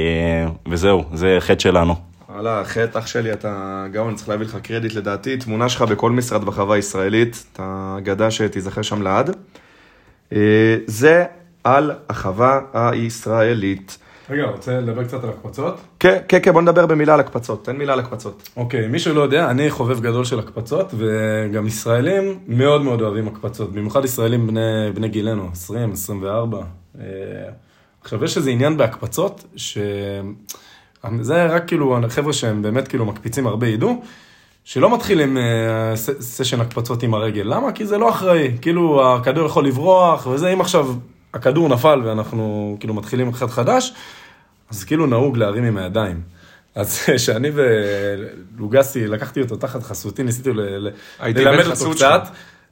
וזהו, זה חטא שלנו.
וואלה, חטא אח שלי, אתה גאון, צריך להביא לך קרדיט לדעתי. תמונה שלך בכל משרד בחווה הישראלית, אתה אגדה שתיזכר שם לעד. אה, זה על החווה הישראלית.
רגע, רוצה לדבר קצת על הקפצות?
כן, כן, כן, בוא נדבר במילה על הקפצות, תן מילה על הקפצות.
אוקיי, מי שלא יודע, אני חובב גדול של הקפצות, וגם ישראלים מאוד מאוד אוהבים הקפצות, במיוחד ישראלים בני, בני גילנו, 20, 24. אה, עכשיו, יש איזה עניין בהקפצות, ש... זה רק כאילו, חבר'ה שהם באמת כאילו מקפיצים הרבה ידעו, שלא מתחילים אה, ס- סשן הקפצות עם הרגל. למה? כי זה לא אחראי. כאילו, הכדור יכול לברוח, וזה אם עכשיו הכדור נפל ואנחנו כאילו מתחילים אחד חדש, אז כאילו נהוג להרים עם הידיים. אז שאני ולוגסי, לקחתי אותו תחת חסותי, ניסיתי ל- ל-
הייתי בן
ללמד אותו
חסות
קצת,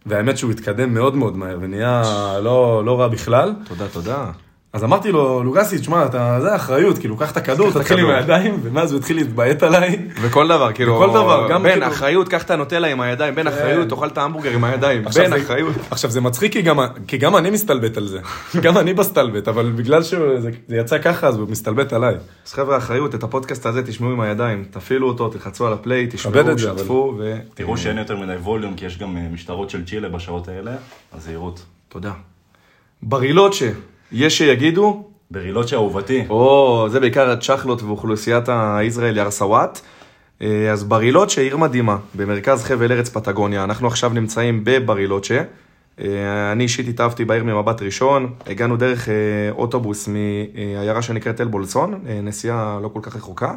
והאמת שהוא התקדם מאוד מאוד מהר, ונהיה לא, לא רע בכלל.
תודה, תודה.
אז אמרתי לו, לוגסי, תשמע, אתה, זה אחריות, כאילו, קח את הכדור,
את
תתחיל עם
הכדור."
הידיים, ומאז הוא התחיל להתביית עליי.
וכל דבר, כאילו, כן.
וכל דבר, גם
בן,
כאילו-
אחריות, קח את הנוטלה עם הידיים, בן אחריות, תאכל את ההמבורגר עם הידיים,
עכשיו
בן
זה-
אחריות.
עכשיו זה מצחיק כי גם, כי גם אני מסתלבט על זה, גם אני בסתלבט, אבל בגלל שזה זה יצא ככה אז הוא מסתלבט עליי.
אז חבר'ה, אחריות, את הפודקאסט הזה תשמעו עם הידיים, תפעילו אותו, תלחצו על הפליי,
כבד
תשמעו,
את זה, אבל-
שתפו, ו...
תראו שאין יותר מדי ווליום, כי יש גם אה, משטרות של צ'ילה בשעות האלה, אז זהירות.
תודה. ברילוצ'ה, יש שיגידו,
ברילוצ'ה אהובתי,
או, זה בעיקר הצ'חלות ואוכלוסיית הישראל ירסוואט. אה, אז ברילוצ'ה, עיר מדהימה, במרכז חבל ארץ פטגוניה. אנחנו עכשיו נמצאים בברילוצ'ה. אה, אני אישית התאהבתי בעיר ממבט ראשון. הגענו דרך אה, אוטובוס מעיירה שנקראת אל בולסון, אה, נסיעה לא כל כך רחוקה.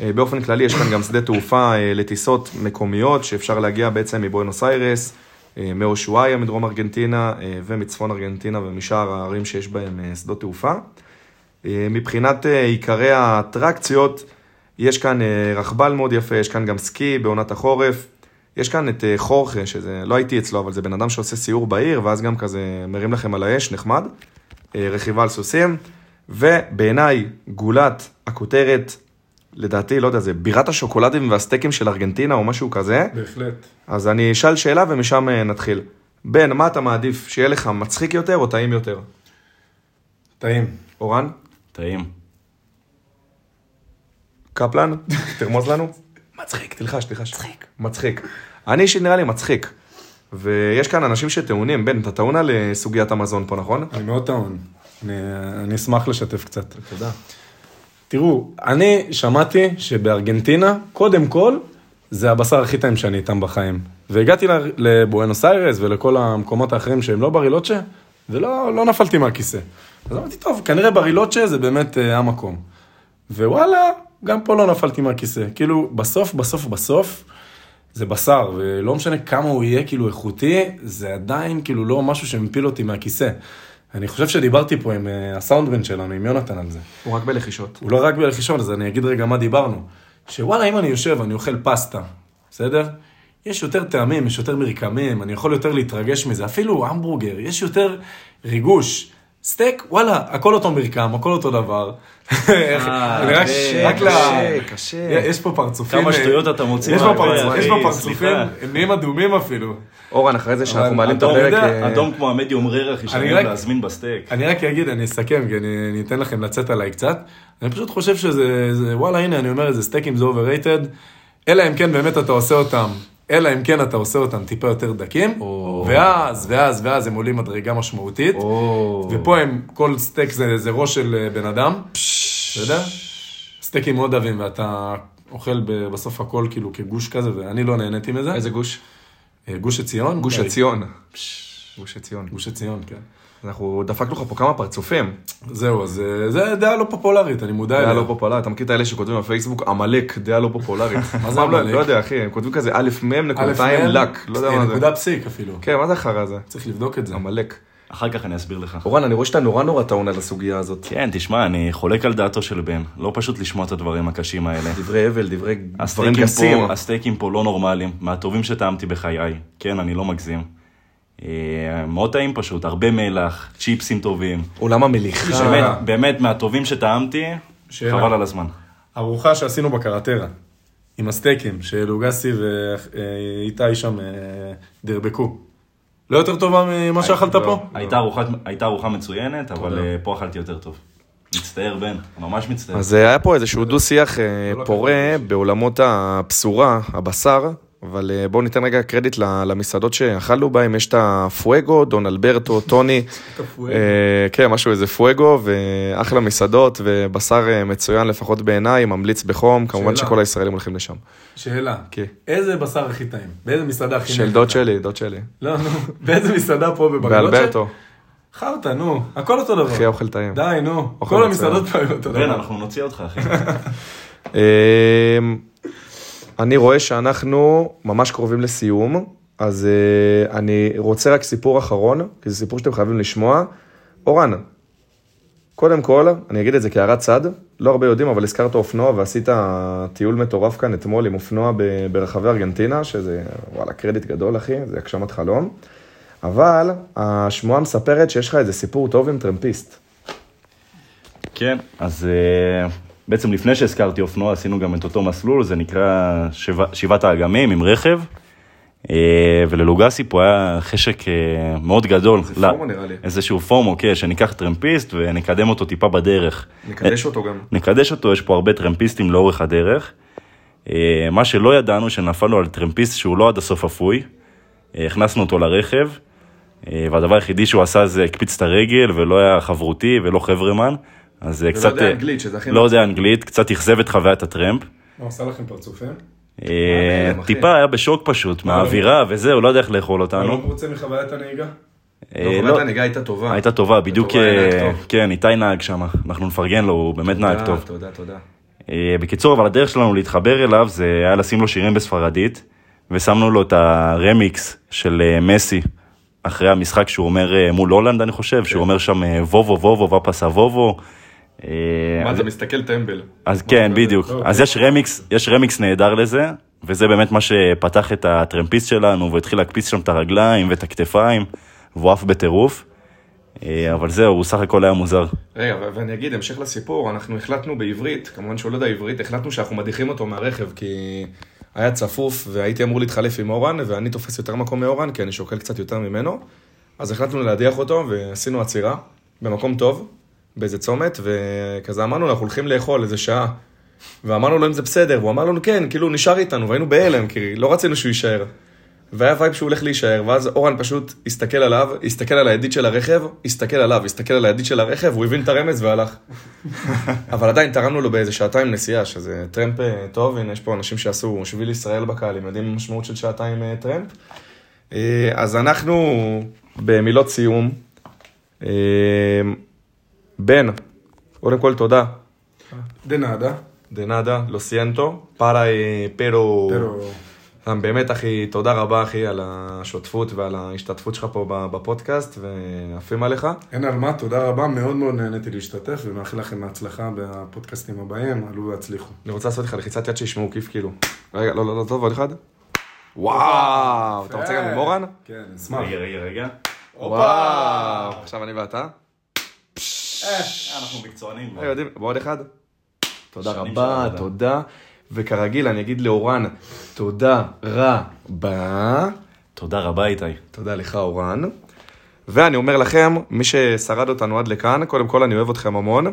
אה, באופן כללי, יש כאן גם שדה תעופה אה, לטיסות מקומיות, שאפשר להגיע בעצם מבואנוס איירס, אה, מאושואיה מדרום ארגנטינה, אה, ומצפון ארגנטינה ומשאר הערים שיש בהם אה, שדות תעופה. אה, מבחינת אה, עיקרי האטרקציות, יש כאן אה, רכבל מאוד יפה, יש כאן גם סקי בעונת החורף. יש כאן את אה, חורכה, שזה, לא הייתי אצלו, אבל זה בן אדם שעושה סיור בעיר, ואז גם כזה מרים לכם על האש, נחמד. אה, רכיבה על סוסים. ובעיניי, גולת הכותרת, לדעתי, לא יודע, זה בירת השוקולדים והסטייקים של ארגנטינה או משהו כזה.
בהחלט.
אז אני אשאל שאלה ומשם אה, נתחיל. בן, מה אתה מעדיף, שיהיה לך מצחיק יותר או טעים יותר?
טעים.
אורן?
טעים.
קפלן, תרמוז לנו. מצחיק, תלחש, תלחש. מצחיק. מצחיק. אני אישית נראה לי מצחיק. ויש כאן אנשים שטעונים, בן, אתה טעון על אה, סוגיית המזון פה, נכון?
אני מאוד טעון. אני, אני אשמח לשתף קצת.
תודה.
תראו, אני שמעתי שבארגנטינה, קודם כל, זה הבשר הכי טעים שאני איתם בחיים. והגעתי ל- לבואנוס איירס ולכל המקומות האחרים שהם לא ברילוצ'ה, ולא לא נפלתי מהכיסא. אז אמרתי, טוב, כנראה ברילוצ'ה זה באמת אה, המקום. ווואלה, גם פה לא נפלתי מהכיסא. כאילו, בסוף, בסוף, בסוף, זה בשר, ולא משנה כמה הוא יהיה כאילו איכותי, זה עדיין כאילו לא משהו שמפיל אותי מהכיסא. אני חושב שדיברתי פה עם אה, הסאונדמן שלנו, עם יונתן על זה.
הוא רק בלחישות.
הוא לא רק בלחישון, אז אני אגיד רגע מה דיברנו. שוואלה, אם אני יושב, אני אוכל פסטה, בסדר? יש יותר טעמים, יש יותר מרקמים, אני יכול יותר להתרגש מזה. אפילו המבורגר, יש יותר ריגוש. סטייק, וואלה, הכל אותו מרקם, הכל אותו דבר. אני רק-
אה, קשה,
רק ל...
קשה, קשה.
יש פה פרצופים. אה,
כמה שטויות אתה מוציא.
יש פה
וואי,
פרצופ-
וואי,
יש פה
אחי,
פרצופים,
סליחה.
הם נהיים אדומים אפילו.
אורן, אחרי זה שאנחנו
אבל
מעלים את
אדום,
הפרק...
יודע,
אה,
אדום כמו המדיום רר אחי, שאני
אני
אוהב
רק-
להזמין בסטייק.
אני רק אגיד, אני אסכם, כי אני, אני אתן לכם לצאת עליי קצת. אני פשוט חושב שזה, זה, וואלה, הנה, אני אומר את זה, סטייקים זה overrated, אלא אם כן באמת אתה עושה אותם, אלא אם כן אתה עושה אותם טיפה יותר דקים, ואז, ואז, ואז הם עולים מדרגה משמעותית,
או,
ופה הם, כל סטייק זה, זה ראש של אה, בן אדם, אתה יודע? סטייקים מאוד עבים, ואתה אוכל ב- בסוף הכל כאילו כגוש כזה, ואני לא נהניתי מזה.
איזה גוש?
אה, גוש עציון?
גוש
אה,
עציון. גוש עציון.
גוש עציון, כן.
אנחנו דפקנו לך פה כמה פרצופים.
זהו, אז אה, זה דעה לא פופולרית, אני מודע
דעה
אליה.
לא פופולרית, אתה מכיר את האלה שכותבים בפייסבוק עמלק, דעה לא פופולרית.
מה זה
לא-
עמלק?
לא יודע, אחי, הם כותבים כזה א' מ'
א',
נקודתיים
מ',
לק, לא יודע
אה,
מה זה.
נקודה פסיק אפילו.
כן, מה זה החרא הזה?
צריך לבדוק את זה.
עמלק.
אחר כך אני אסביר לך.
אורן, אני רואה שאתה נורא נורא טעון על הסוגיה הזאת.
כן, תשמע, אני חולק על דעתו של בן. לא פשוט לשמוע את הדברים הקשים האלה.
דברי הבל, דברי דברים
הסטייקים
גסים.
פה, הסטייקים פה לא נורמליים, מהטובים שטעמתי בחיי. כן, אני לא מגזים. אה, מאוד טעים פשוט, הרבה מלח, צ'יפסים טובים.
עולם המליחה.
באמת, באמת, מהטובים שטעמתי,
שאלה.
חבל על הזמן.
לא.
ארוחה שעשינו בקרטרה, עם הסטייקים, שלוגסי ואיתי שם אה, דרבקו. לא יותר טובה ממה שאכלת
לא.
פה?
הייתה ארוחת- הייתה ארוחה מצוינת, אבל אה, פה אכלתי יותר טוב. מצטער, בן, ממש מצטער.
אז אה, היה פה איזשהו דו-שיח אה, פורה בעולמות הבשורה, הבשר, אבל אה, בואו ניתן רגע קרדיט ל- למסעדות שאכלנו בהן, יש את הפואגו, דון אלברטו, טוני. אה, כן, משהו איזה פואגו, ואחלה מסעדות, ובשר אה, מצוין לפחות בעיניי, ממליץ בחום, כמובן
שאלה.
שכל הישראלים הולכים לשם.
שאלה,
כן.
איזה בשר הכי טעים? באיזה מסעדה הכי
של
נהנית?
דוד שלי, דוד שלי.
לא, נו, באיזה מסעדה פה בברלוצ'ה?
באלברטו.
חרטא, נו, הכל אותו דבר.
אחי האוכל טעים.
די, נו,
אוכל
כל
מצוין.
המסעדות פה היו אותו
בן,
דבר.
אנחנו נוציא אותך, אחי.
אמ, אני רואה שאנחנו ממש קרובים לסיום, אז אה, אני רוצה רק סיפור אחרון, כי זה סיפור שאתם חייבים לשמוע. אורן, קודם כל, אני אגיד את זה כהערת צד, לא הרבה יודעים, אבל הזכרת אופנוע ועשית טיול מטורף כאן אתמול עם אופנוע ב- ברחבי ארגנטינה, שזה וואלה קרדיט גדול אחי, זה הגשמת חלום. אבל השמועה מספרת שיש לך איזה סיפור טוב עם טרמפיסט.
כן, אז אה, בעצם לפני שהזכרתי אופנוע עשינו גם את אותו מסלול, זה נקרא שבע, שבעת האגמים עם רכב. אה, וללוגסי פה היה חשק אה, מאוד גדול.
זה פורמו נראה לי.
איזשהו פורמו, כן, שניקח טרמפיסט ונקדם אותו טיפה בדרך.
נקדש אותו גם.
נקדש אותו, יש פה הרבה טרמפיסטים לאורך הדרך. אה, מה שלא ידענו, שנפלנו על טרמפיסט שהוא לא עד הסוף אפוי. אה, הכנסנו אותו לרכב, אה, והדבר היחידי שהוא עשה זה הקפיץ את הרגל, ולא היה חברותי ולא חברמן. אז אה,
ולא
קצת...
יודע
אה,
אנגלית, שזה הכי נכון.
לא יודע אנגלית, קצת אכזב את חוויית הטרמפ.
הוא עשה לכם פרצופים?
אה,
נעלם, אחי?
טיפה היה בשוק פשוט מהאווירה וזהו, לא יודע איך לאכול
אתה לא
אותנו.
מרוצה מחוויית הנהיגה?
אה,
לא,
לא,
חוויית הנהיגה הייתה טובה.
הייתה טובה, בדיוק,
היה נהג
אה,
טוב.
כן, איתי נהג שם, אנחנו נפרגן לו, הוא באמת נהג טוב.
תודה, תודה.
אה, בקיצור, אבל הדרך שלנו להתחבר אליו זה היה לשים לו שירים בספרדית, ושמנו לו את הרמיקס של אה, מסי, אחרי המשחק שהוא אומר אה, מול הולנד, אני חושב,
כן.
שהוא אומר שם אה, ווו ווו ווו ופסה ווו. אה,
מה,
אז-
אתה מסתכל טמבל.
אז כן, בדיוק.
אוקיי.
אז יש רמיקס, יש רמיקס נהדר לזה, וזה באמת מה שפתח את הטרמפיסט שלנו, והתחיל להקפיץ שם את הרגליים ואת הכתפיים, והוא עף בטירוף. אה, אבל זהו, הוא סך הכל היה מוזר.
רגע, ו- ואני אגיד, המשך לסיפור, אנחנו החלטנו בעברית, כמובן שהוא לא יודע עברית, החלטנו שאנחנו מדיחים אותו מהרכב, כי היה צפוף והייתי אמור להתחלף עם אורן, ואני תופס יותר מקום מאורן, כי אני שוקל קצת יותר ממנו. אז החלטנו להדיח אותו, ועשינו עצירה, במקום טוב, באיזה צומת, וכזה אמרנו, לו, אנחנו הולכים לאכול איזה שעה. ואמרנו לו אם זה בסדר, והוא אמר לנו כן, כאילו הוא נשאר איתנו, והיינו בהלם, כי לא רצינו שהוא יישאר. והיה וייב שהוא הולך להישאר, ואז אורן פשוט הסתכל עליו, הסתכל על הידית של הרכב, הסתכל עליו, הסתכל על הידית של הרכב, הוא הבין את הרמז והלך. אבל עדיין תרמנו לו באיזה שעתיים נסיעה, שזה טרמפ אה, טוב, הנה יש פה אנשים שעשו שביל ישראל בקהל, הם יודעים מה המשמעות של שעתיים אה, טרמפ. אה, אז אנחנו במילות סיום. אה, בן, קודם כל תודה.
דנאדה.
De nada, lo siento, para, eh, pero...
פרו.
אה, באמת, אחי, תודה רבה, אחי, על השותפות ועל ההשתתפות שלך פה ב- בפודקאסט, ועפים עליך.
אין על מה, תודה רבה, מאוד מאוד נהניתי להשתתף, ומאחל לכם הצלחה בפודקאסטים הבאים, עלו והצליחו.
אני רוצה לעשות לך לחיצת יד שישמעו כיף, כאילו. רגע, לא, לא, לא, טוב, עוד אחד. וואו, אתה רוצה גם עם אורן?
כן, אשמח.
רגע, רגע.
וואו, עכשיו אני ואתה.
אה, אנחנו מקצוענים.
אה, יודעים, ועוד אחד. תודה
שנים
רבה,
של עבודה.
תודה. וכרגיל, אני אגיד לאורן, תודה רבה.
תודה רבה, איתי.
תודה לך, אורן. ואני אומר לכם, מי ששרד אותנו עד לכאן, קודם כל אני אוהב אתכם המון,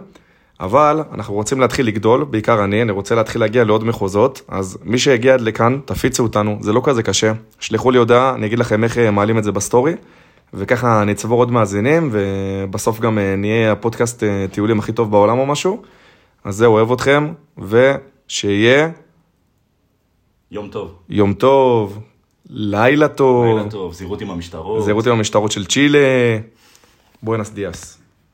אבל אנחנו רוצים להתחיל לגדול, בעיקר אני, אני רוצה להתחיל להגיע לעוד מחוזות, אז מי שהגיע עד לכאן, תפיצו אותנו, זה לא כזה קשה. שלחו לי הודעה, אני אגיד לכם איך אה, מעלים את זה בסטורי, וככה נצבור עוד מאזינים, ובסוף גם אה, נהיה הפודקאסט אה, טיולים הכי טוב בעולם או משהו. אז זהו, אוהב אתכם, ושיהיה
יום טוב.
יום טוב, לילה טוב.
לילה טוב, זהירות עם המשטרות.
זהירות עם המשטרות של צ'ילה. בואנס דיאס.